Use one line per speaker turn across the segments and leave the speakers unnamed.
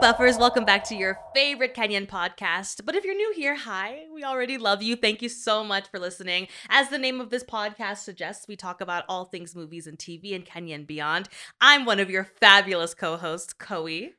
Buffers, welcome back to your favorite Kenyan podcast. But if you're new here, hi, we already love you. Thank you so much for listening. As the name of this podcast suggests, we talk about all things movies and TV in Kenya and beyond. I'm one of your fabulous co hosts, Koei,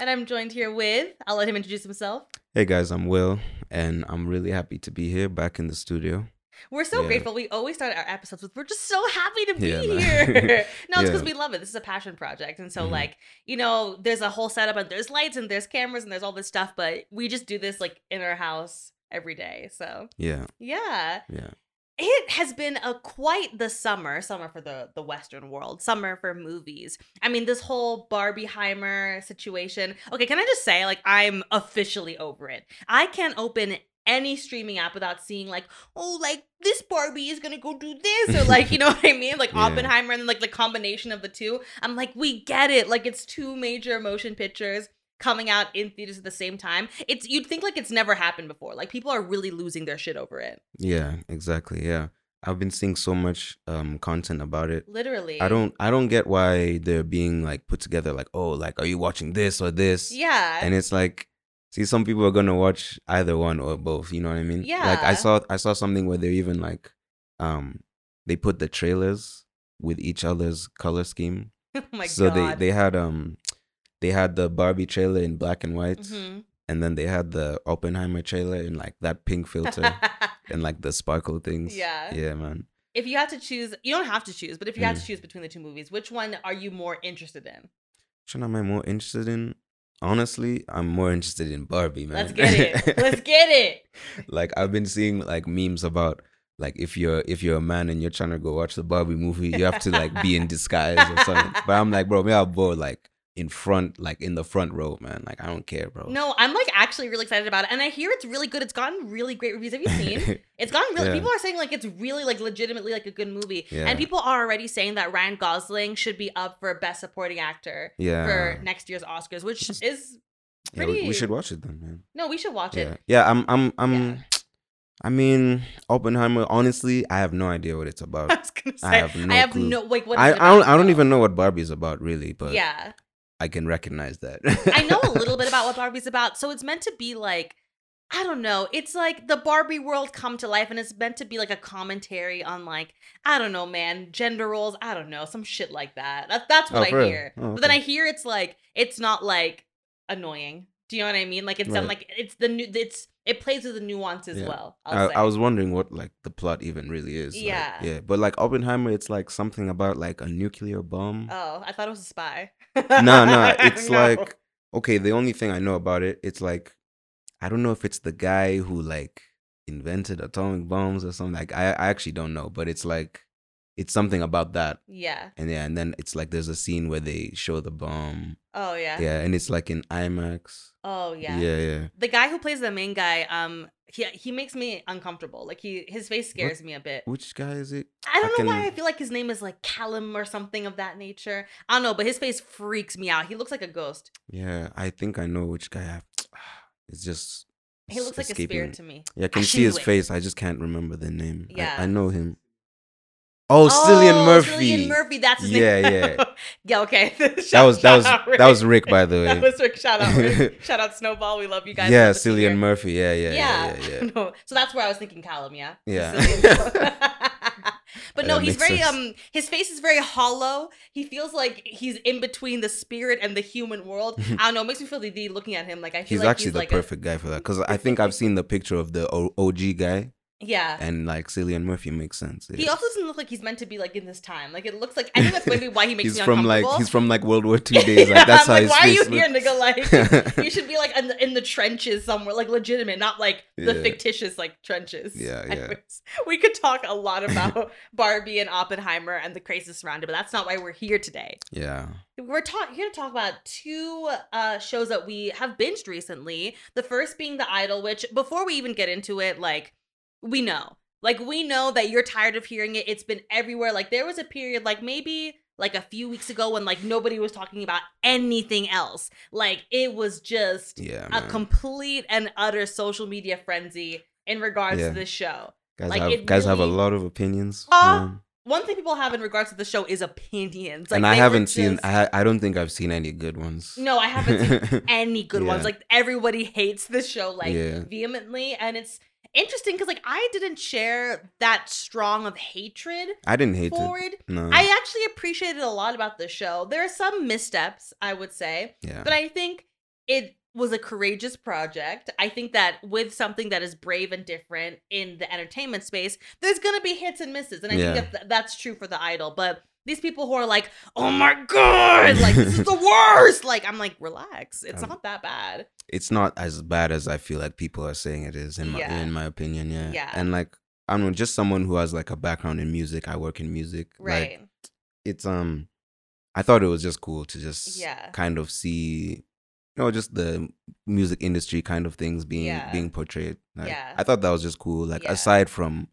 and I'm joined here with, I'll let him introduce himself.
Hey guys, I'm Will, and I'm really happy to be here back in the studio.
We're so
Yeah.
grateful. We always start our episodes with "We're just so happy to be
Yeah, man.
here." no, it's
Yeah.
because we love it. This is a passion project, and so
Mhm.
like you know, there's a whole setup and there's lights and there's cameras and there's all this stuff, but we just do this like in our house every day. So
Yeah,
yeah,
yeah,
it has been a quite the summer. Summer for the the Western world. Summer for movies. I mean, this whole Barbieheimer situation. Okay, can I just say, like, I'm officially over it. I can't open any streaming app without seeing, like, oh, like this Barbie is gonna go do this, or like, you know what I mean? Like
Yeah.
Oppenheimer and like the combination of the two. I'm like, we get it. Like, it's two major motion pictures coming out in theaters at the same time. It's you'd think like it's never happened before. Like people are really losing their shit over it.
yeah. Exactly. Yeah, I've been seeing so much um content about it.
Literally.
I don't, I don't get why they're being like put together like, oh, like, are you watching this or this?
Yeah.
And it's like, see, some people are gonna watch either one or both. You know what I mean? Like
Yeah.
I saw, I saw something where they're even like, um, they put the trailers with each other's color scheme.
oh my
so
god.
they they had um they had the Barbie trailer in black and white,
Mhm.
and then they had the Oppenheimer trailer in like that pink filter and like the sparkle things.
Yeah.
yeah, man.
if you had to choose, you don't have to choose, but if you had to
Mm.
choose between the two movies, which one are you more interested in?
Which one am I more interested in? Honestly, I'm more interested in Barbie, man.
Let's get it. Let's get it.
like I've been seeing like memes about like if you're if you're a man and you're trying to go watch the Barbie movie, you have to like be in disguise or something. But I'm like, bro, me I'll go like in front, like in the front row, man. Like I don't care, bro.
No, I'm like actually really excited about it. And I hear it's really good. It's gotten really great reviews. Have you seen? It's gotten really
Yeah.
people are saying like it's really like legitimately like a good movie.
Yeah.
And people are already saying that Ryan Gosling should be up for best supporting actor
yeah.
for next year's Oscars, which
Just-
is
Yeah, we,
pretty-
we should watch it then, man.
no, we should watch
Yeah,
it.
yeah. I'm, I'm, I'm. I mean, Oppenheimer. Honestly, I have no idea what it's
I
about.
was gonna say
I have no.
I have
clue.
no like what
I,
is it
I don't.
about,
I don't
though?
even know what Barbie's about, really. But
Yeah.
I can recognize that.
I know a little bit about what Barbie's about. So it's meant to be like, I don't know. It's like the Barbie world come to life, and it's meant to be like a commentary on like I don't know, man, gender roles. I don't know, some shit like that. That that's
Oh,
what
for
I
real?
hear.
Oh,
But then I
okay.
hear it's like it's not like annoying. Do you know what I mean? Like it's some,
Right.
like it's the new. It's it plays with the nuance as
Yeah.
well.
I,
I'll say.
I was wondering what like the plot even really is. like,
Yeah.
yeah. But like Oppenheimer, it's like something about like a nuclear bomb.
Oh, I thought it was a spy.
no, no. It's
No.
like okay. The only thing I know about it, it's like I don't know if it's the guy who like invented atomic bombs or something. Like I, I actually don't know, but it's like it's something about that.
yeah.
And yeah, and then it's like there's a scene where they show the bomb.
Oh yeah.
Yeah, and it's like in IMAX.
Oh yeah.
yeah, yeah.
the guy who plays the main guy um he he makes me uncomfortable like he his face scares me a bit
Which guy is it?
i don't
I
know why i
can-
feel like his name is like callum or something of that nature i don't know but his face freaks me out he looks like a ghost
Yeah, I think I know which guy. I, it's just
he
es-
looks like a
escaping.
spirit to me
Yeah, I can
I
see his
knew it.
face. I just can't remember the name. I-
Yeah.
I, know him. Oh, Cillian Murphy.
cillian murphy that's his
Yeah,
name
yeah.
yeah okay
That was that was
Shout out,
that was
Rick.
Rick, by the way.
that was rick shout out Rick. shout out snowball we love you guys
yeah,
Love to see your-
Cillian Murphy. Yeah,
yeah,
yeah, yeah, yeah. yeah.
no. So that's where I was thinking Callum, yeah.
Yeah.
Sicilian. but no,
That
he's
makes
very
sense.
um his face is very hollow. He feels like he's in between the spirit and the human world. I don't know, it makes me feel dizzy looking at him. Like I feel
He's
like
actually
he's
the
like a-
perfect guy for that because I think I've seen the picture of the O- OG guy
yeah.
and like Cillian Murphy makes sense.
He
yeah.
also doesn't look like he's meant to be like in this time. Like it looks like I think that's maybe why he makes
he's
me
from like
uncomfortable.
he's from like World War Two days. Like
I'm
that's how
like,
his
why
face
are you here, nigga? Like
looks.
you should be like in the, in the trenches somewhere, like legitimate, not like the
Yeah.
fictitious like trenches.
Yeah, yeah.
Anyways, we could talk a lot about Barbie and Oppenheimer and the craziness around it, but that's not why we're here today.
yeah.
We're ta- here to talk about two uh, shows that we have binged recently. The first being The Idol, which before we even get into it, like we know, like we know that you're tired of hearing it. It's been everywhere. Like there was a period, like maybe like a few weeks ago, when like nobody was talking about anything else. Like it was just
Yeah,
a
man.
complete and utter social media frenzy in regards
Yeah.
to this show.
guys
like,
have
it
guys have a
really-
lot of opinions.
Uh,
man.
one thing people have in regards to the show is opinions. Like,
and I
they were
haven't seen.
just-
I ha- I don't think I've seen any good ones.
no, I haven't seen any good ones.
Yeah.
Like everybody hates this show like
Yeah.
vehemently, and it's interesting because like I didn't share that strong of hatred
I didn't hate
for
it.
it.
No.
I actually appreciated a lot about the show. There are some missteps, I would say,
yeah.
but I think it was a courageous project. I think that with something that is brave and different in the entertainment space, there's going to be hits and misses. And I
Yeah.
think that th- that's true for the idol. But these people who are like, oh my God, like this is the worst. Like, I'm like, relax. It's
Um,
not that bad.
it's not as bad as I feel like people are saying it is in my
Yeah.
in my opinion. Yeah.
Yeah.
And like I don't know, just someone who has like a background in music. I work in music. Like,
Right.
it's um I thought it was just cool to just
Yeah.
kind of see you know, just the music industry kind of things being
Yeah.
being portrayed. Like,
Yeah.
I thought that was just cool. Like
Yeah.
aside from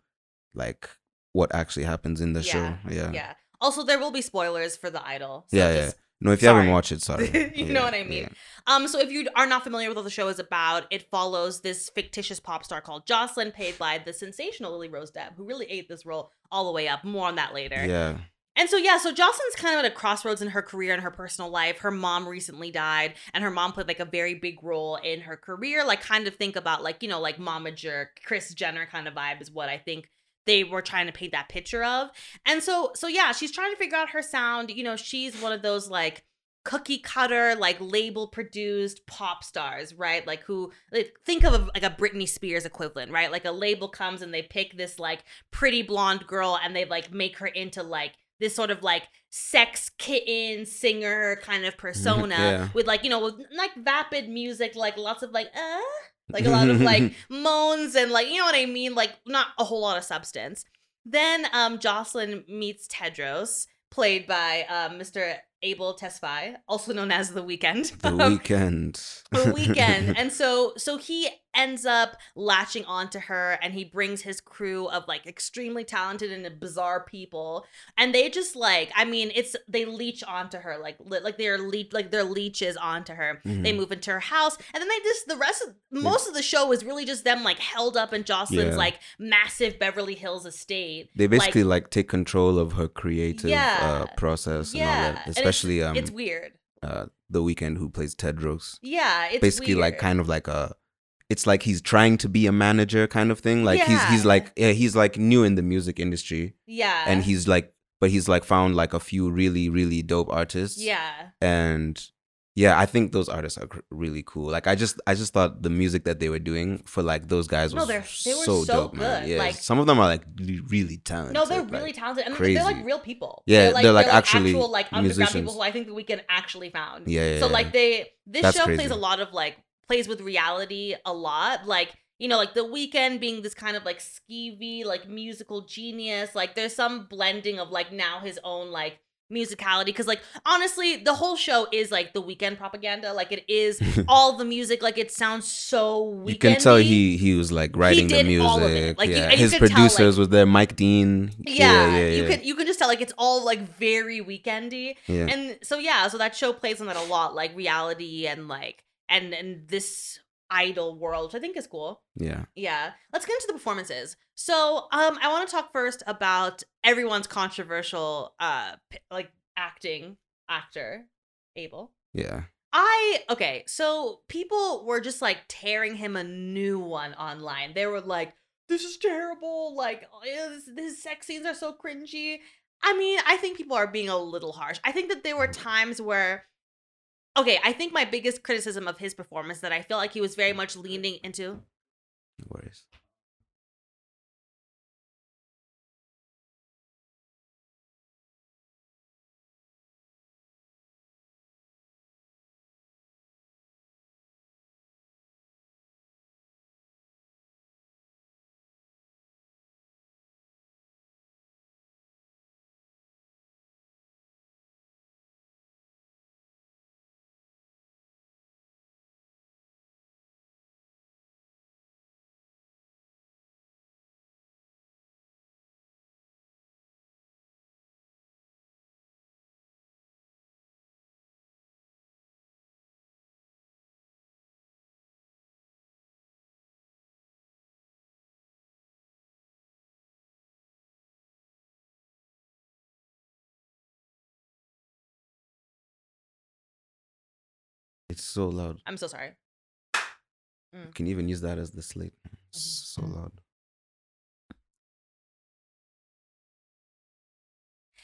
like what actually happens in the
Yeah.
show. Yeah.
yeah. Also, there will be spoilers for the idol. So
uh, yeah,
just
yeah. No, if you
sorry.
haven't watched it, sorry.
You know
Yeah,
what I mean.
yeah.
Um, so if you are not familiar with what the show is about, it follows this fictitious pop star called Jocelyn, played by the sensational Lily Rose Depp, who really ate this role all the way up. More on that later.
Yeah.
And so yeah, so Jocelyn's kind of at a crossroads in her career and her personal life. Her mom recently died, and her mom played like a very big role in her career. Like kind of think about like you know like Mama Jerk, Chris Jenner kind of vibe is what I think they were trying to paint that picture of. And so so yeah, she's trying to figure out her sound. You know, she's one of those like cookie cutter like label produced pop stars right like who like think of a, like a britney spears equivalent right like a label comes and they pick this like pretty blonde girl and they like make her into like this sort of like sex kitten singer kind of persona
yeah.
with like you know with like vapid music like lots of like uh like a lot of like moans and like you know what I mean, like not a whole lot of substance. Then um, Jocelyn meets Tedros, played by uh, Mr. Abel Tesfaye, also known as the Weekend.
the weekend.
the weekend and so so he ends up latching onto her and he brings his crew of like extremely talented and bizarre people and they just like i mean it's they leech onto her like li- like they're leech like they're leeches onto her they
Mhm.
move into her house and then they just the rest of most of the show is really just them like held up in jocelyn's
Yeah.
like massive beverly hills estate
they basically like, take control of her creative
Yeah.
uh, process
Yeah,
and all
and
that.
it's-
Especially um
it's weird
uh, the weekend who plays Tedros.
yeah it's
basically like
weird.
kind of like a it's like he's trying to be a manager kind of thing. Like he's he's
Yeah.
like yeah, he's like new in the music industry
yeah
and he's like but he's like found like a few really really dope artists.
yeah
And yeah, I think those artists are cr- really cool. Like I just I just thought the music that they were doing for like those guys
No,
was
they're- they were
so,
so
dope, man.
good,
Yeah.
like-
some of them are like really, really talented.
No, they're
like-
really talented, and they're
crazy.
like real people.
Yeah,
they're like,
they're, like,
they're, like,
actually
actual like underground people
musicians.
who I think the weekend actually found.
Yeah, yeah.
So
yeah.
like they this
That's
show plays
crazy.
a lot of like plays with reality a lot. Like, you know, like the weekend being this kind of like skeevy, like musical genius. Like there's some blending of like now his own like musicality. Cause like honestly, the whole show is like the weekend propaganda. Like it is all the music, like it sounds so weekend.
You can tell he he was like writing the
did
music.
all of it. Like, you-
yeah,
and you
his
could tell, like-
producers was there. Mike Dean.
yeah,
yeah,
you
yeah.
can you can just tell like it's all like very weekendy.
yeah.
and so yeah so that show plays on that a lot like reality and like and and this idol world which i think is cool
yeah.
yeah let's get into the performances so um i want to talk first about everyone's controversial uh p- like acting actor abel
Yeah.
I okay, so people were just like tearing him a new one online. They were like, "This is terrible! Like, oh, yeah, this, his sex scenes are so cringy." I mean, I think people are being a little harsh. I think that there were times where, okay, I think my biggest criticism of his performance that I felt like he was very much leaning into.
No worries. It's so loud.
I'm so sorry.
You can even use that as the slate.
Mm-hmm,
So loud.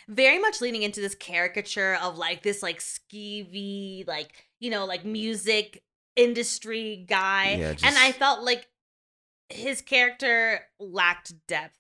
Very much leaning into this caricature of like this like skeevy like you know like music industry guy,
Yeah,
and I
just-
felt like his character lacked depth.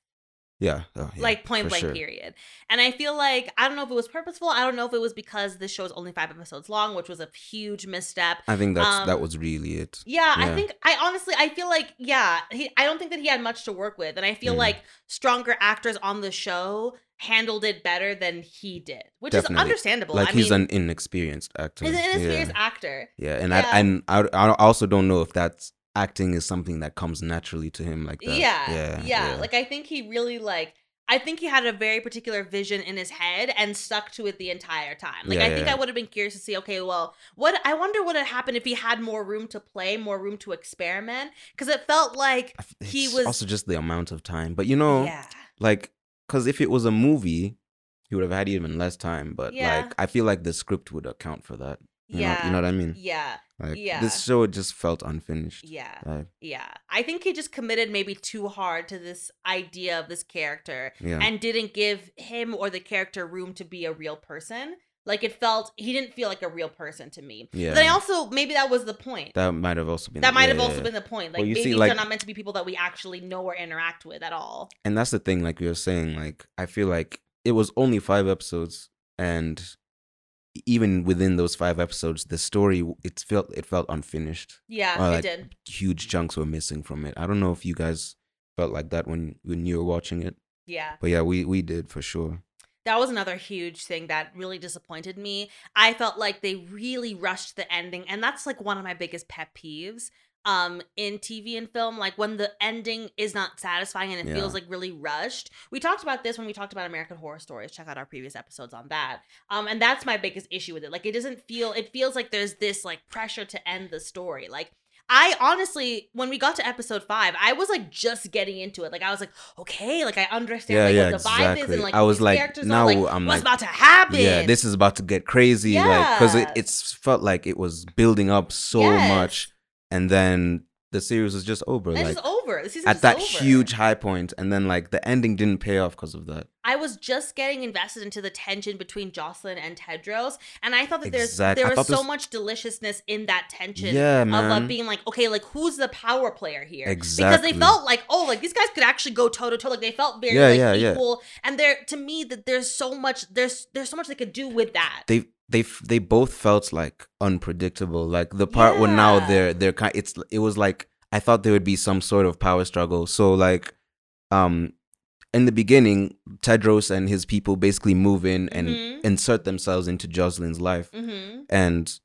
Yeah. oh, yeah,
like point
for
blank
sure.
period. And I feel like I don't know if it was purposeful. I don't know if it was because this show is only five episodes long, which was a huge misstep.
I think that's that
Um,
was really it.
Yeah, I
Yeah.
think I honestly I feel like yeah, he, I don't think that he had much to work with, and I feel
Mm.
like stronger actors on the show handled it better than he did, which is
Definitely.
understandable.
Like
I
he's
mean,
an inexperienced actor.
he's an inexperienced
yeah.
actor.
Yeah, and
Yeah.
I and I, I also don't know if that's acting is something that comes naturally to him like that.
Yeah, yeah, Like I think he really like I think he had a very particular vision in his head and stuck to it the entire time. Like
Yeah,
I
yeah,
think I
yeah.
would have been curious to see, okay, well, what I wonder what had happened if he had more room to play, more room to experiment. Cause it felt like
I f-
he
it's
was-
also just the amount of time. But you know,
Yeah.
like because if it was a movie, he would have had even less time. But
Yeah.
like I feel like the script would account for that. You
Yeah.
know, you know what I mean?
yeah.
Like
yeah.
this show just felt unfinished.
Yeah.
Like,
Yeah. I think he just committed maybe too hard to this idea of this character
yeah.
and didn't give him or the character room to be a real person. Like it felt he didn't feel like a real person to me.
yeah.
Then I also maybe that was the point.
that might have also been
That might
yeah,
have
yeah,
also
yeah.
been the point. Like
Well, you see,
babies are
like-
not meant to be people that we actually know or interact with at all.
and that's the thing like you were saying like i feel like it was only five episodes and e-, even within those five episodes the story it felt it felt unfinished
Yeah,
Or,
it
like,
did.
huge chunks were missing from it i don't know if you guys felt like that when when you were watching it
Yeah.
but yeah we we did for sure
That was another huge thing that really disappointed me. I felt like they really rushed the ending, and that's like one of my biggest pet peeves um in TV and film like when the ending is not satisfying and it
Yeah.
feels like really rushed. We talked about this when we talked about American Horror Stories. Check out our previous episodes on that. Um and that's my biggest issue with it. Like it doesn't feel it feels like there's this like pressure to end the story. Like I honestly, when we got to episode five, I was like just getting into it. Like I was like, okay, like I understand
yeah
like
yeah
what the vibe is
exactly
and like
i was
these
like
characters are,
now
like,
i'm
what's
like
about to happen.
yeah this is about to get crazy like because it,
Yeah.
it's felt like it was building up so
Yes.
much and then the series was just over
And
like
it's just over. The season's
at
just
that
over.
huge high point, and then like the ending didn't pay off because of that.
I was just getting invested into the tension between Jocelyn and Tedros, and I thought that there's
Exact- I
there was
thought
so
this-
much deliciousness in that tension
Yeah,
of
man.
like, being like, okay, like who's the power player here? Because
Exactly.
they felt like, oh, like these guys could actually go toe to toe. Like they felt very
Yeah,
like,
yeah, yeah.
equal, and there to me that there's so much there's there's so much they could do with that.
They they f- they both felt like unpredictable. Like the part where now
Yeah.
they're they're kind. It's it was like I thought there would be some sort of power struggle. So like, um, in the beginning, Tedros and his people basically move in and
Mhm.
insert themselves into Jocelyn's life,
Mm-hmm.
and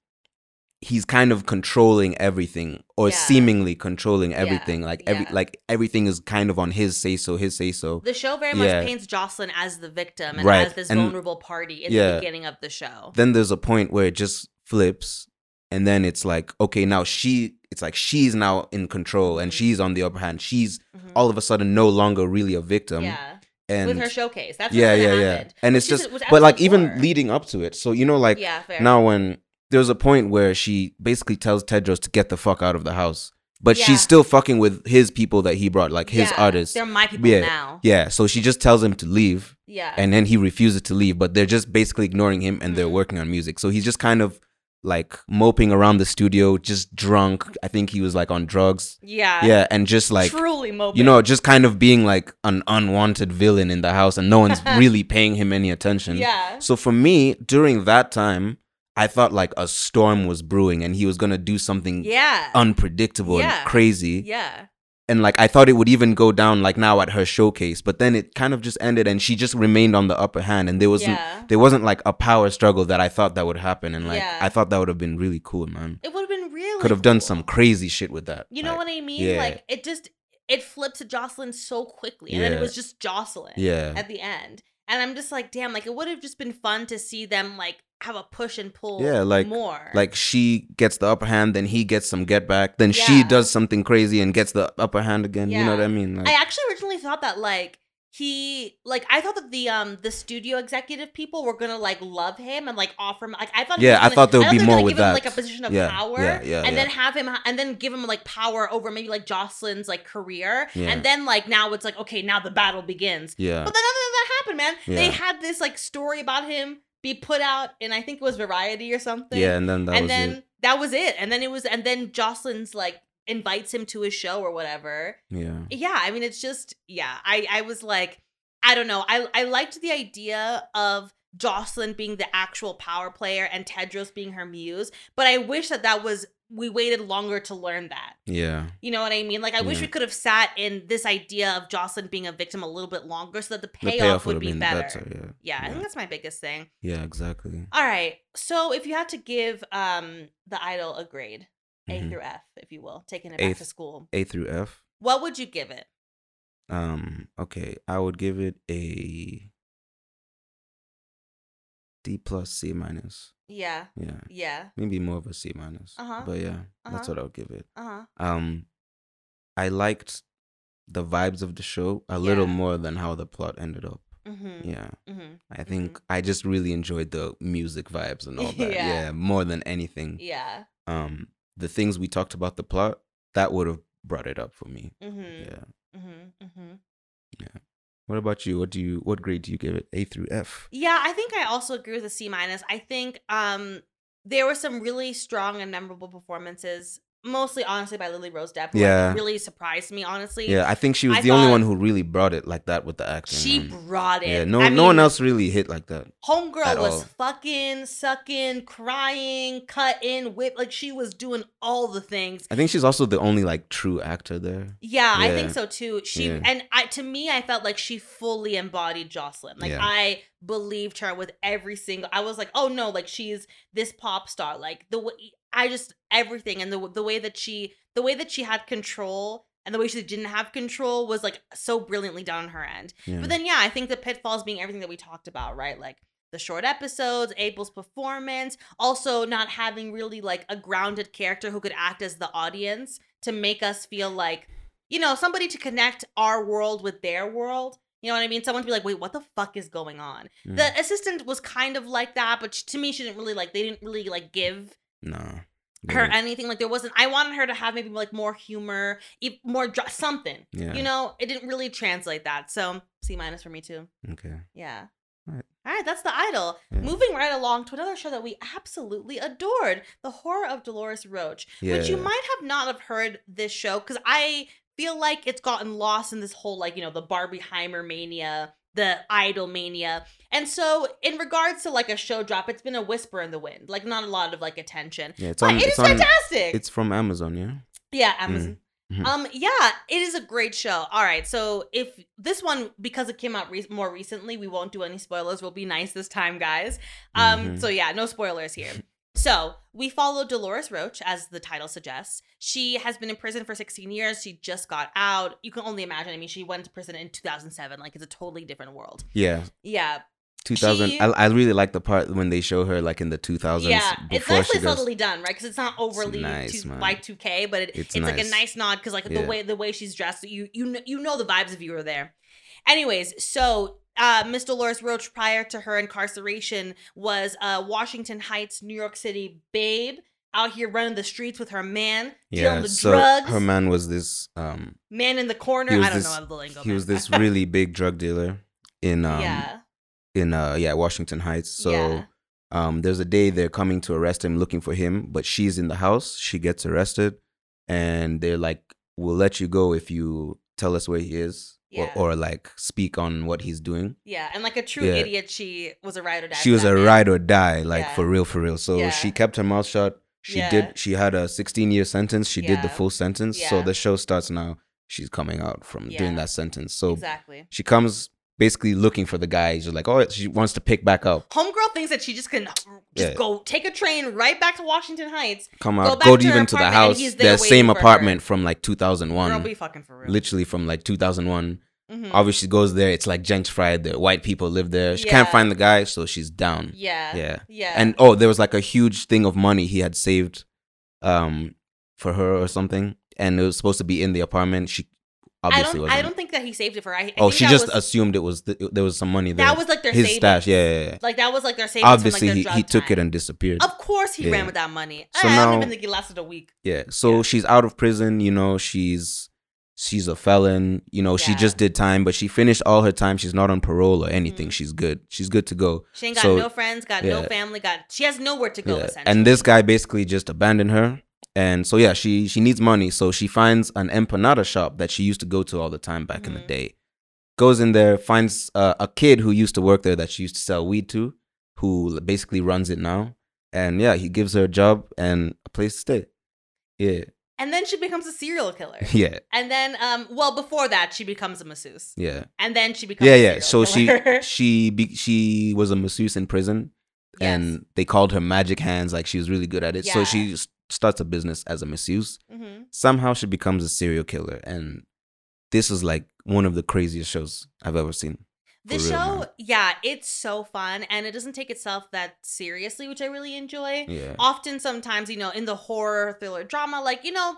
he's kind of controlling everything or
Yeah.
seemingly controlling
Yeah,
everything like every
yeah.
like everything is kind of on his say so his say so
The show very much
Yeah.
paints Jocelyn as the victim and
Right,
as this
and-
vulnerable party in the
yeah.
beginning of the show.
then there's a point where it just flips and then it's like okay now she it's like she's now in control and
Mhm.
she's on the upper hand she's
Mhm.
all of a sudden no longer really a victim
yeah,
and
with her showcase. That's yeah,
yeah
what
yeah
yeah,
yeah
happened.
and it's
Which is-
just
which
but like
happened before.
even leading up to it so you know like
yeah, fair.
now when there's a point where she basically tells tedros to get the fuck out of the house but
Yeah.
she's still fucking with his people that he brought like his
Yeah,
artists
They're my people
Yeah.
now.
yeah so she just tells him to leave
Yeah.
and then he refuses to leave but they're just basically ignoring him and they're
Mhm.
working on music so he's just kind of like moping around the studio just drunk i think he was like on drugs
yeah.
yeah and just like
truly moping.
you know just kind of being like an unwanted villain in the house and no one's really paying him any attention
Yeah.
so for me during that time i thought like a storm was brewing and he was gonna do something
Yeah.
unpredictable
Yeah.
and crazy
yeah.
and like I thought it would even go down like now at her showcase, but then it kind of just ended, and she just remained on the upper hand, and there wasn't
Yeah.
there wasn't like a power struggle that I thought that would happen, and like
Yeah.
I thought that would have been really cool, man.
It would have been really
Could have done
cool.
some crazy shit with that.
You know
like,
what I mean?
yeah.
Like it just it flipped to Jocelyn so quickly, and then it
Yeah.
was just Jocelyn.
Yeah,
At the end, and I'm just like, damn. Like it would have just been fun to see them like have a push and pull.
Yeah, like-
more.
like she gets the upper hand, then he gets some get back, then she
Yeah.
does something crazy and gets the upper hand again. You know what I mean? Like,
I actually originally thought that like he like I thought that the um the studio executive people were gonna like love him and like offer him like I thought he
Yeah,
was
I
gonna-
thought there would be
they were
more
gonna
with
give him,
that.
like a position of
Yeah,
power
yeah, yeah,
and
yeah.
then have him and then give him like power over maybe like Jocelyn's like career
Yeah.
and then like now it's like okay now the battle begins
yeah.
but then other than that happened, man. They
Yeah.
had this like story about him be put out in I think it was Variety or something.
Yeah, and then that
and
was
then
it.
that was it. And then it was and then Jocelyn's like invites him to his show or whatever.
Yeah.
Yeah, I mean it's just yeah, I I was like I don't know. I I liked the idea of Jocelyn being the actual power player and Tedros being her muse, but I wish that that was we waited longer to learn that.
Yeah.
You know what I mean? Like I wish
Yeah.
we could have sat in this idea of Jocelyn being a victim a little bit longer so that the
The
payoff,
payoff
would,
have
be
been
better.
better.
Yeah, I
Yeah.
think that's my biggest thing.
Yeah. Yeah, exactly.
All right. So if you had to give um the idol a grade, A
Mhm.
through F, if you will, taking it back
Eighth.
to school,
A through F.
what would you give it?
Um, okay, I would give it a D plus C minus.
Yeah.
Yeah,
Yeah.
maybe more of a C minus.
Uh-huh,
But yeah, that's
uh-huh.
what I would give it.
Uh-huh.
Um, I liked the vibes of the show a little
Yeah.
more than how the plot ended up.
Mm-hmm.
Yeah,
Mm-hmm.
I think I just really enjoyed the music vibes and all that.
Yeah.
Yeah, more than anything.
Yeah.
Um, the things we talked about the plot that would have brought it up for me.
Mm-hmm.
Yeah.
Mm-hmm. Mm-hmm.
What about you? What do you? What grade do you give it? A through F.
Yeah, I think I also agree with the C minus. I think um there were some really strong and memorable performances, mostly honestly by Lily Rose Depp, who yeah.
Yeah.
really surprised me, honestly.
Yeah, I think she was
I
the only
thought-
one who really brought it like that with the acting.
She
man.
brought it.
mm-hmm. Yeah, no,
I
no one
mean,
else really hit like that.
Homegirl
at
was
all.
fucking, sucking, crying, cutting, whip. Like she was doing all the things.
I think she's also the only like true actor there.
Yeah, I think
Yeah.
so too. She
Yeah.
and I to me, I felt like she fully embodied Jocelyn. Like
Yeah.
I believed her with every single. I was like, oh no, like she's this pop star. Like the way I just everything and the w- the way that she the way that she had control and the way she didn't have control was like so brilliantly done on her end.
Yeah.
But then, yeah, I think the pitfalls being everything that we talked about, right? Like the short episodes, Abel's performance, also not having really like a grounded character who could act as the audience to make us feel like, you know, somebody to connect our world with their world. You know what I mean? Someone to be like, wait, what the fuck is going on?
Mm.
The assistant was kind of like that, but to me, she didn't really like, they didn't really like give
no.
her anything like there wasn't i wanted her to have maybe like more humor e- more dr- something
Yeah.
you know it didn't really translate that so c minus for me too
Okay.
yeah
Right.
all right that's the idol
Yeah.
moving right along to another show that we absolutely adored the horror of dolores roach which you
Yeah.
might have not have heard this show because i feel like it's gotten lost in this whole like you know the barbie heimer mania the idol mania and so in regards to like a show drop it's been a whisper in the wind like not a lot of like attention
Yeah, it's
but
on.
it
It's
is
on.
fantastic
It's from Amazon. Yeah.
yeah, Amazon.
Mhm.
Um, yeah, it is a great show. All right, so if this one because it came out re- more recently, we won't do any spoilers. We'll be nice this time, guys. Um,
Mhm.
so yeah, no spoilers here. So we follow Dolores Roach, as the title suggests. She has been in prison for 16 years. She just got out. You can only imagine. I mean, she went to prison in 2007. Like it's a totally different world.
Yeah.
Yeah,
2000.
She-
I, I really like the part when they show her like in the 2000s.
yeah. It's
before
nicely
she does-
subtly done, right? Because it's not overly
nice,
too,
man.
Y2K, but it, it's,
It's
like a
nice.
nice nod because like the
Yeah.
way the way she's dressed, you you kn- you know the vibes if you were there. Anyways, so uh, Miss Dolores Roach, prior to her incarceration, was a Washington Heights, New York City babe out here running the streets with her man, dealing
Yeah.
with
So
drugs,
her man was this. Um,
man in the corner.
he was
I don't
this-
know the lingo.
he was
man.
this really big drug dealer in um
yeah,
in uh yeah Washington Heights. So.
Yeah.
Um, there's a day they're coming to arrest him, looking for him, but she's in the house. She gets arrested, and they're like, "We'll let you go if you tell us where he is,
Yeah.
or, or like speak on what he's doing."
yeah, and like a true
Yeah.
idiot, she was a ride or die.
she
for
was
that
a
man.
ride or die, like
Yeah.
for real, for real. So
Yeah.
she kept her mouth shut. She
Yeah.
did. She had a 16 year sentence. She did the
Yeah.
full sentence. So
Yeah.
the show starts now. She's coming out from
Yeah.
doing that sentence. So
Exactly.
she comes basically looking for the guy. She's like, "Oh, she wants to pick back up,
Homegirl thinks that she just can just
Yeah.
go take a train right back to Washington Heights.
come
Go
out,
back
go,
to her
even to the
apartment, and
house."
he's there
The
waiting
same
for her.
apartment from like
Girl,
2001.
be fucking for real.
literally from like 2001.
Mhm.
Obviously, she goes there. It's like gentrified. The white people live there. She can't
Yeah.
find the guy, so she's down.
Yeah.
Yeah.
Yeah.
And oh, there was like a huge thing of money he had saved, um, for her or something, and it was supposed to be in the apartment. She
I
obviously
don't.
wasn't.
I don't think that he saved it for. her. I, I
oh,
think
she
that
just
was,
assumed it was th- there was some money there.
that was like their
his
savings.
stash. Yeah, yeah, yeah.
Like that was like their savings. from,
Obviously,
like,
he,
their
he
drug
took it
time.
and disappeared.
Of course, he
Yeah.
ran with that money.
So
I, I don't
now-
even think it lasted a week.
Yeah. So
Yeah.
she's out of prison, you know, she's she's a felon, you know, she
Yeah.
just did time, but she finished all her time. She's not on parole or anything.
Mhm.
She's good. She's good to go.
She ain't got
So-
no friends, got no
yeah.
family, got. She has nowhere to go.
Yeah.
Essentially,
And this guy basically just abandoned her. And so yeah, she she needs money. So she finds an empanada shop that she used to go to all the time back in the
Mhm.
day. Goes in there, finds uh, a kid who used to work there that she used to sell weed to, who basically runs it now. And yeah, he gives her a job and a place to stay. Yeah.
and then she becomes a serial killer.
Yeah.
And then, um, well, before that, she becomes a masseuse,
Yeah.
and then she becomes
yeah
a
yeah so
serial
she
killer.
she be, she was a masseuse in prison
Yes.
and they called her magic hands like she was really good at it so
Yeah.
she s- starts a business as a masseuse
Mhm.
somehow she becomes a serial killer and this is like one of the craziest shows i've ever seen
the
For real,
show,
man.
yeah, it's so fun, and it doesn't take itself that seriously, which I really enjoy.
yeah
often sometimes you know in the horror thriller drama like you know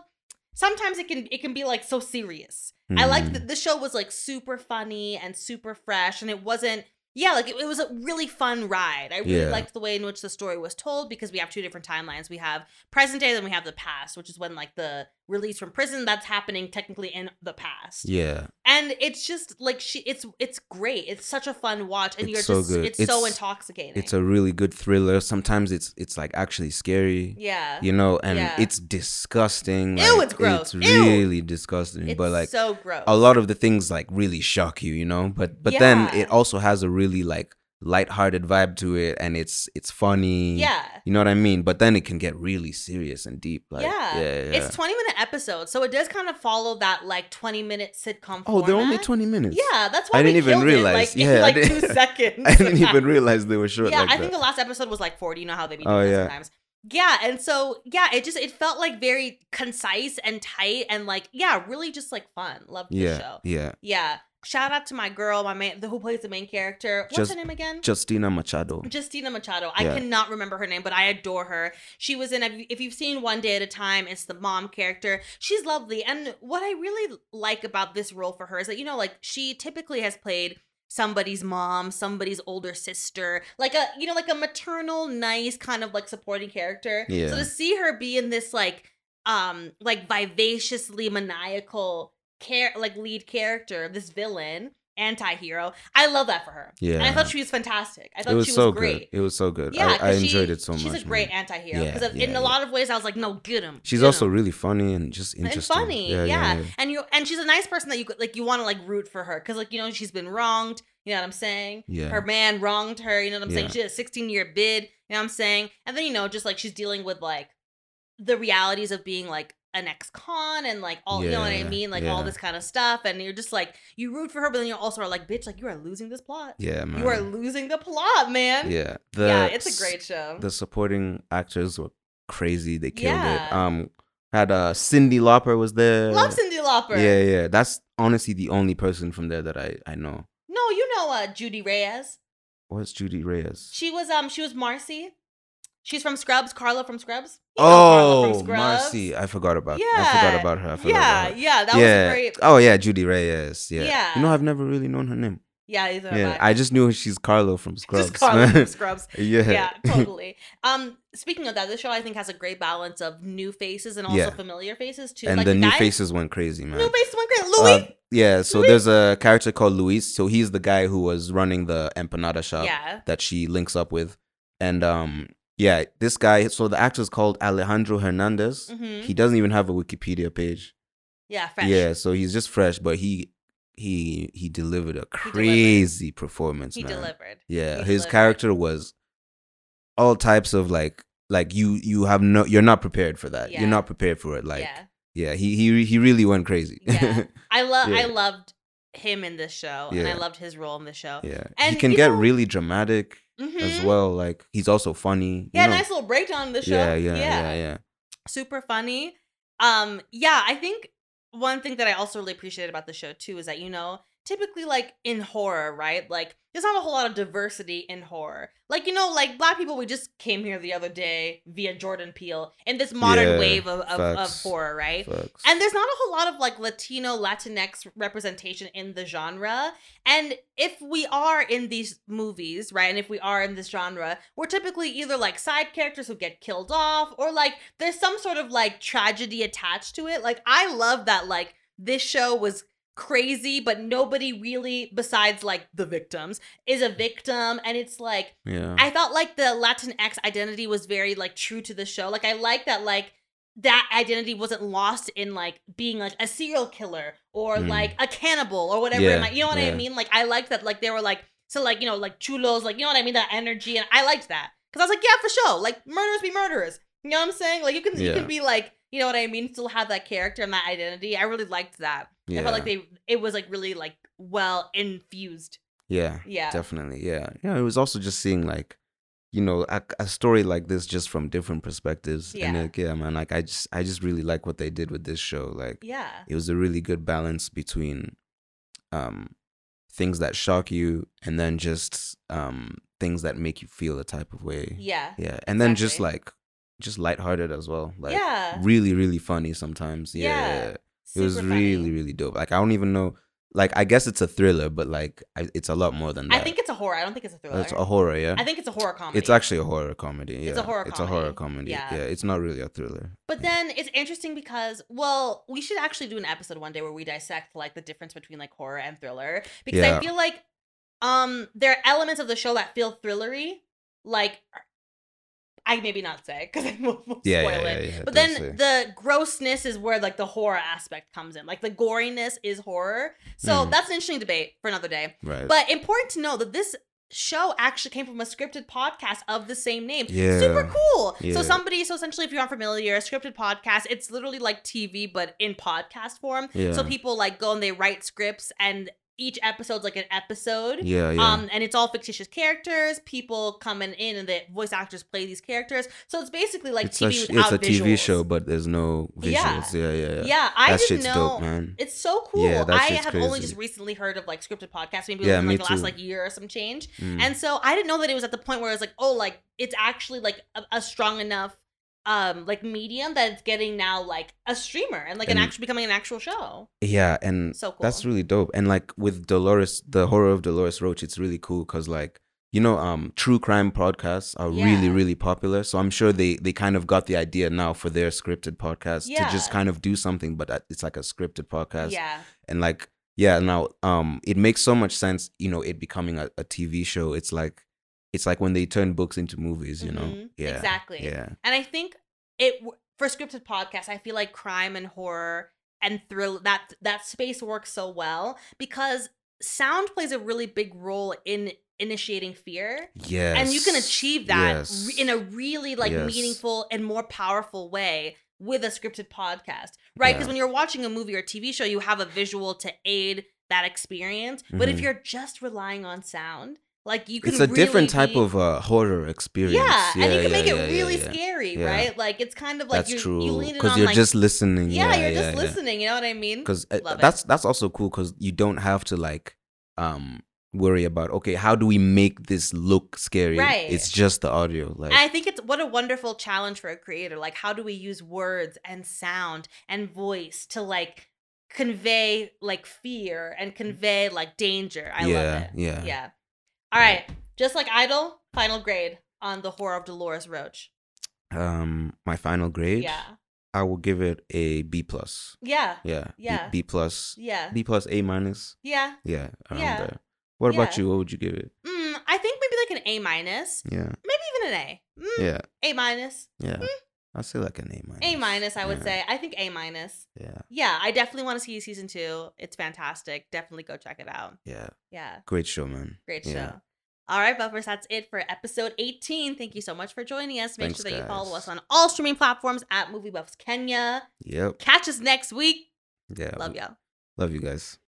sometimes it can it can be like so serious Oh, i like
Mhm.
that the show was like super funny and super fresh and it wasn't yeah like it, it was a really fun ride i really
Yeah.
liked the way in which the story was told because we have two different timelines we have present day then we have the past which is when like the release from prison that's happening technically in the past
yeah
and it's just like she it's it's great it's such a fun watch and
It's
you're
so
just
good.
it's, so
It's-
intoxicating
it's a really good thriller sometimes it's it's like actually scary
yeah
you know and
Yeah.
it's disgusting
Ew,
like,
it's gross.
it's
Ew.
really disgusting
it's
but like
so gross
a lot of the things like really shock you, you know. But but then
Yeah.
it also has a really like lighthearted vibe to it, and it's it's funny.
yeah
you know what I mean. But then it can get really serious and deep. Like,
Yeah.
yeah, yeah.
It's 20 minute episodes, so it does kind of follow that like 20 minute sitcom.
oh, they're only
format.
twenty minutes.
Yeah, that's why we
I didn't even
killed it,
realize.
like,
Yeah,
in
I
like two
didn't-
seconds.
I didn't even realize they were short.
Yeah, I
like that.
think the last episode was like 40. You know how they be doing
Oh,
that
yeah.
sometimes. Yeah, and so yeah, it just it felt like very concise and tight and like yeah, really just like fun. Loved the
yeah,
show.
yeah.
Yeah. Shout out to my girl, my man, the who plays the main character. What's
Just-
her name again?
Justina Machado.
Justina Machado. I
Yeah.
cannot remember her name, but I adore her. She was in, if you've seen One Day at a Time, it's the mom character. She's lovely. And what I really like about this role for her is that, you know, like she typically has played somebody's mom, somebody's older sister, like a, you know, like a maternal, nice kind of like supporting character.
Yeah.
So to see her be in this like, um, like vivaciously maniacal care, like lead character, this villain, anti-hero, I love that for her. And I
Yeah.
thought she was fantastic. I thought
It was,
she was
so
great.
good. It was so good.
Yeah,
I, I
'cause
enjoyed
she-
it so
she's
much.
a great
man.
anti-hero
Yeah,
because
yeah,
in a
yeah.
lot of ways I was like, no, get him.
She's
get
also
him.
really funny and just
and
interesting.
funny, yeah, And you and she's a nice person that you could like you want to like root for her because like you know she's been wronged. You know what I'm saying?
Yeah.
Her man wronged her. You know what I'm saying?
Yeah.
She did a 16 year bid. You know what I'm saying? And then you know just like she's dealing with like the realities of being like an ex-con and like all you know what I
Yeah,
mean, like all
yeah.
this kind of stuff. And you're just like you root for her, but then you also are like, bitch, like you are losing this plot.
Yeah, man.
You are losing the plot, man.
yeah.
yeah,
The
it's a
s-
great show.
the supporting actors were crazy. They killed it.
Yeah.
Um, had uh Cindy Lauper was there.
Love Cindy Lauper.
Yeah, yeah. That's honestly the only person from there that I I know.
No, you know uh Judy Reyes.
What's Judy Reyes?
She was um she was Marcy. She's from Scrubs, Carla from Scrubs. You know Carla from
oh, Marcy. I forgot about. I
Yeah.
forgot about her. I forgot
Yeah,
about her.
yeah, that was
yeah.
a great.
Oh yeah, Judy Reyes. Yeah.
Yeah.
You know, I've never really known her name.
Yeah, these are
yeah.
my-
I just knew she's Carlo from Scrubs.
just Carla from Scrubs.
yeah.
Yeah, totally. Um, speaking of that, this show I think has a great balance of new faces and also
Yeah.
familiar faces too.
and
like
the new
guy-
faces went crazy, man.
new faces went great. Louis.
Uh, yeah, so
Louis?
there's a character called Luis. So he's the guy who was running the empanada shop
yeah,
that she links up with. And um yeah, this guy so the actor's called Alejandro Hernandez.
hmm
He doesn't even have a Wikipedia page.
yeah, fresh.
Yeah, so he's just fresh, but he he he delivered a
delivered.
crazy performance,
he
man.
delivered.
Yeah,
He
his
delivered.
character was all types of like like you you have no you're not prepared for that.
Yeah.
You're not prepared for it like
yeah.
yeah, he he he really went crazy.
Yeah. I love. I
Yeah.
loved him in this show, and I
Yeah.
loved his role in this show.
Yeah,
And,
he can
you
get
know-
really dramatic as
Mhm.
well. Like he's also funny. you
Yeah,
know.
nice little breakdown of the show.
Yeah, yeah, yeah, yeah,
Super funny. Um, yeah, I think one thing that I also really appreciated about the show too is that you know typically like in horror, right? Like there's not a whole lot of diversity in horror. Like you know, like black people, we just came here the other day via Jordan Peele and this modern
Yeah,
wave of, of, of
facts.
horror, right?
Facts.
And there's not a whole lot of like Latino, Latinx representation in the genre. And if we are in these movies, right, and if we are in this genre, we're typically either like side characters who get killed off or like there's some sort of like tragedy attached to it. Like, I love that, like, this show was crazy, but nobody really, besides like the victims, is a victim. And it's like,
yeah.
I felt like the Latinx identity was very like true to the show. Like I like that like that identity wasn't lost in like being like a serial killer or
Mm.
like a cannibal or whatever.
Yeah,
it might- you know what I
yeah.
mean? Like I liked that like they were like so like you know like chulos like you know what I mean that energy and I liked that because I was like yeah for sure like murderers be murderers. You know what I'm saying? Like you can you
Yeah.
can be like you know what I mean still have that character and that identity. I really liked that. I
yeah.
felt like they it was like really like well infused.
yeah.
Yeah.
Definitely. Yeah. Yeah. It was also just seeing like, you know, a, a story like this just from different perspectives. And
Yeah.
like, yeah, man, like I just I just really like what they did with this show. Like
Yeah.
it was a really good balance between um things that shock you and then just um things that make you feel a type of way.
Yeah.
Yeah. And then just
Exactly.
like just lighthearted as well. Like
yeah.
really, really funny sometimes.
Yeah.
yeah. It was
Super
really,
funny.
really dope. Like I don't even know. Like I guess it's a thriller, but like I, it's a lot more than
I
that.
think it's a horror. I don't think it's a thriller.
it's a horror. Yeah,
I think it's a horror comedy.
it's actually a horror comedy. Yeah,
It's a horror
It's a horror
comedy,
comedy.
yeah.
Yeah, it's not really a thriller.
But then it's interesting because, well, we should actually do an episode one day where we dissect like the difference between like horror and thriller because I
Yeah.
feel like um there are elements of the show that feel thrillery, like I maybe not say because I will will spoil
yeah, yeah, yeah,
it.
yeah,
But then
don't say.
the grossness is where like the horror aspect comes in, like the goriness is horror. So
Mhm.
that's an interesting debate for another day.
right.
But important to know that this show actually came from a scripted podcast of the same name.
Yeah.
Super cool. So
Yeah.
somebody, so essentially if you're unfamiliar, a scripted podcast, it's literally like TV but in podcast form.
yeah.
So people like go and they write scripts and each episode's like an episode.
yeah, yeah,
Um, and it's all fictitious characters. People coming in, and the voice actors play these characters. So it's basically like
it's
TV
a, sh-
without
it's a TV
visuals.
show, but there's no
Yeah.
visuals. Yeah, yeah, yeah.
Yeah, I
that
didn't
shit's
know.
dope, man.
It's so cool.
Yeah, that
I
shit's
have only
crazy.
just recently heard of like scripted podcasts, maybe
Yeah,
within
me
like the last
too.
like year or some change.
Mm.
And so I didn't know that it was at the point where I was like, oh, like it's actually like a, a strong enough um like medium that it's getting now like a streamer and like an
And-
actual becoming an actual show.
yeah, and
So cool.
That's really dope. And like with Dolores, the horror of Dolores Roach, it's really cool because like you know, um, true crime podcasts are really
Yeah.
really popular. So I'm sure they they kind of got the idea now for their scripted podcast to
Yeah.
just kind of do something, but uh, it's like a scripted podcast.
yeah.
And like yeah, now um, it makes so much sense. You know, it becoming a, a TV show. It's like it's like when they turn books into movies. You know,
Mhm.
yeah,
Exactly.
yeah,
And I think it w- for scripted podcasts, I feel like crime and horror and thrill that that space works so well because sound plays a really big role in initiating fear.
yes.
and you can achieve that re- in a
Yes.
really like
Yes.
meaningful and more powerful way with a scripted podcast right because
Yeah.
when you're watching a movie or tv show you have a visual to aid that experience but if
Mhm.
you're just relying on sound like you can
It's a different
really
type
be-
of uh, horror experience.
yeah, and you can make
yeah,
it really
yeah.
scary
Yeah.
right like it's kind of like
that's
you, you
true
lean it
because
on
you're
like
just listening.
yeah, you're just listening you know what i mean
Because
Love it.
uh, that's that's also cool because you don't have to like um worry about okay how do we make this look scary?
Right.
It's just the audio. Like
I think it's what a wonderful challenge for a creator. Like, how do we use words and sound and voice to like convey like fear and convey like danger? I
Mm. yeah,
love it.
yeah,
Yeah. All right. Just like Idol, final grade on the horror of Dolores Roach.
Um, my final grade.
Yeah.
I will give it a B plus.
Yeah.
Yeah. B-
Yeah.
B, plus.
Yeah.
B plus A minus.
Yeah.
Yeah. Around
Yeah.
there. What about
Yeah.
you? What would you give it?
Mm, I think maybe like an A minus,
Yeah.
maybe even an A. Mm,
Yeah.
A minus.
Yeah. I'd say like an A minus.
Hmm. A minus, I would
Yeah.
say. I think A minus.
Yeah.
Yeah, I definitely want to see season two. It's fantastic. Definitely go check it out.
Yeah.
Yeah.
Great show, man.
Great show.
Yeah.
All right, buffers, that's it for episode 18. Thank you so much for joining us. Make
Thanks,
sure that you follow us
guys.
on all streaming platforms at Movie Buffs Kenya.
Yep.
Catch us next week.
Yeah.
Love y'all.
Love you guys.